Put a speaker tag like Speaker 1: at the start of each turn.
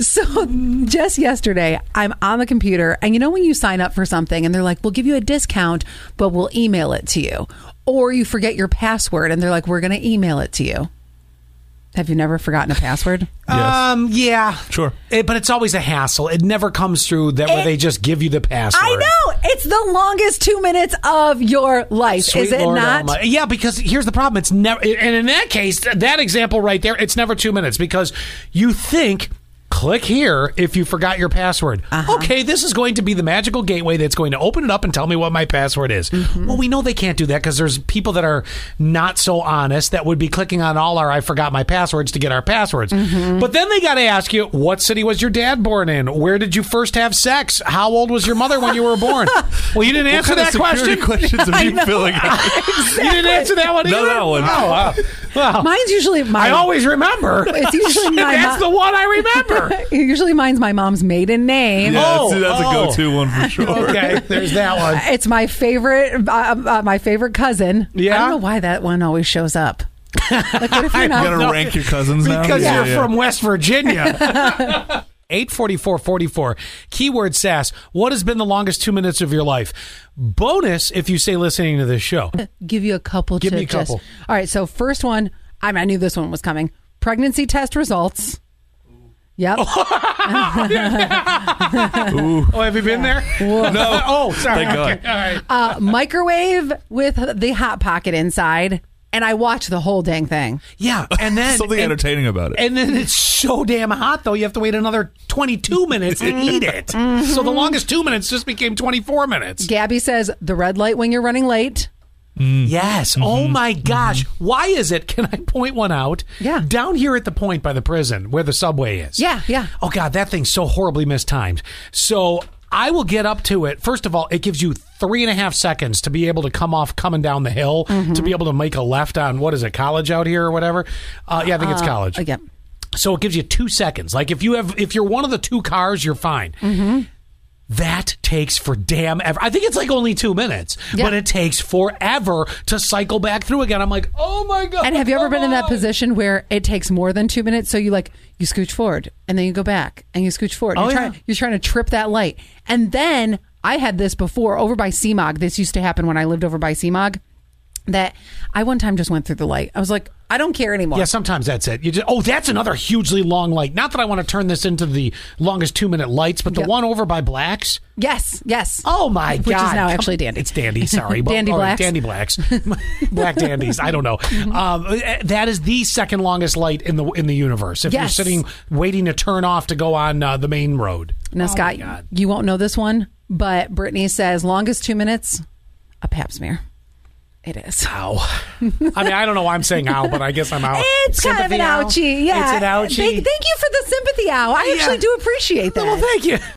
Speaker 1: So just yesterday, I'm on the computer, and you know when you sign up for something, and they're like, "We'll give you a discount, but we'll email it to you," or you forget your password, and they're like, "We're going to email it to you." Have you never forgotten a password?
Speaker 2: Um, yeah,
Speaker 3: Sure.
Speaker 2: It, but it's always a hassle. It never comes through that where
Speaker 1: It-
Speaker 2: they just give you the password.
Speaker 1: I know it's the longest two minutes of your life,
Speaker 2: Sweet
Speaker 1: is it
Speaker 2: Lord
Speaker 1: not?
Speaker 2: Almighty. Yeah, because here's the problem. It's never, and in that case, th- that example right there, it's never two minutes because you think. Click here if you forgot your password.
Speaker 3: Uh-huh.
Speaker 2: Okay, this is going to be the magical gateway that's going to open it up and tell me what my password is.
Speaker 3: Mm-hmm.
Speaker 2: Well, we know they can't do that because there's people that are not so honest that would be clicking on all our I forgot my passwords to get our passwords.
Speaker 3: Mm-hmm.
Speaker 2: But then they got to ask you, what city was your dad born in? Where did you first have sex? How old was your mother when you were born? well, you didn't answer
Speaker 3: what
Speaker 2: that
Speaker 3: kind of security
Speaker 2: question.
Speaker 3: questions are you filling out?
Speaker 2: You didn't answer that one.
Speaker 3: No,
Speaker 2: either?
Speaker 3: that one.
Speaker 2: Oh, wow. Well,
Speaker 1: Mine's usually my.
Speaker 2: I always remember.
Speaker 1: It's usually my
Speaker 2: That's
Speaker 1: mo-
Speaker 2: the one I remember.
Speaker 1: usually mine's my mom's maiden name.
Speaker 3: Yeah,
Speaker 2: Oh,
Speaker 3: see, that's
Speaker 2: oh.
Speaker 3: a go-to one for sure.
Speaker 2: okay, there's that one.
Speaker 1: It's my favorite, uh, uh, my favorite cousin.
Speaker 2: Yeah?
Speaker 1: I don't know why that one always shows up. Like, what if you're
Speaker 3: You
Speaker 1: not?
Speaker 3: gotta rank your cousins now
Speaker 2: Because
Speaker 3: Yeah,
Speaker 2: you're
Speaker 3: yeah.
Speaker 2: from West Virginia. 84444 keyword sass what has been the longest two minutes of your life bonus if you say listening to this show
Speaker 1: Give you a couple.
Speaker 2: Give
Speaker 1: to
Speaker 2: me a
Speaker 1: just-
Speaker 2: couple.
Speaker 1: all right. So first one, I, I knew this one was coming. Pregnancy test results. Yep.
Speaker 3: Ooh.
Speaker 2: oh have you been there
Speaker 3: No.
Speaker 2: oh sorry
Speaker 3: Thank God.
Speaker 2: Okay, all right
Speaker 1: Uh, microwave with the hot pocket inside, and I watched the whole dang thing.
Speaker 2: yeah and then
Speaker 3: Something
Speaker 2: and-
Speaker 3: entertaining about it.
Speaker 2: And then it's so damn hot, though, you have to wait another 22 minutes to eat it. So the longest two minutes just became 24 minutes.
Speaker 1: Gabby says the red light when you're running late.
Speaker 2: Yes. Oh my gosh. Why is it? Can I point one out?
Speaker 1: Yeah.
Speaker 2: Down here at the point by the prison where the subway is.
Speaker 1: Yeah, yeah.
Speaker 2: Oh God, that thing's so horribly mistimed. So I will get up to it. First of all, it gives you three and a half seconds to be able to come off coming down the hill to be able to make a left on what is it, college out here or whatever? Uh, yeah, I think it's college.
Speaker 1: Again.
Speaker 2: So it gives you two seconds. Like if you have, if you're one of the two cars, you're fine.
Speaker 1: Mm-hmm.
Speaker 2: That takes for damn ever. I think it's like only two minutes,
Speaker 1: Yeah.
Speaker 2: but it takes forever to cycle back through again. I'm like, oh my god.
Speaker 1: And have you ever
Speaker 2: come
Speaker 1: been in that
Speaker 2: on.
Speaker 1: position where it takes more than two minutes? So you like you scooch forward and then you go back and you scooch forward.
Speaker 2: Oh,
Speaker 1: you're,
Speaker 2: yeah.
Speaker 1: trying, you're trying to trip that light. And then I had this before over by CMOG. This used to happen when I lived over by CMOG. That I one time just went through the light. I was like, I don't care anymore.
Speaker 2: Yeah, sometimes that's it. You just, oh, that's another hugely long light. Not that I want to turn this into the longest two minute lights, but the
Speaker 1: Yep.
Speaker 2: one over by Blacks.
Speaker 1: Yes, yes.
Speaker 2: Oh my
Speaker 1: Which
Speaker 2: god!
Speaker 1: is now
Speaker 2: Come-
Speaker 1: actually dandy.
Speaker 2: It's dandy. Sorry, But-
Speaker 1: Dandy
Speaker 2: or
Speaker 1: Blacks. Mm-hmm.
Speaker 2: Dandy blacks, black dandies. I don't know. Um, eh, that is the second longest light in the in the universe. If you're
Speaker 1: Yes.
Speaker 2: sitting waiting to turn off to go on uh, the main road,
Speaker 1: Now,
Speaker 2: Oh,
Speaker 1: Scott,
Speaker 2: my God.
Speaker 1: you won't know this one, but Brittany says longest two minutes, a pap smear. It is.
Speaker 2: Ow. I mean, I don't know why I'm saying ow, but I guess I'm out.
Speaker 1: It's kind of an
Speaker 2: Sympathy ow?
Speaker 1: ouchie. Yeah.
Speaker 2: It's an ouchie.
Speaker 1: Thank, thank you for the sympathy owl. I
Speaker 2: Yeah.
Speaker 1: actually do appreciate that.
Speaker 2: Well, thank you.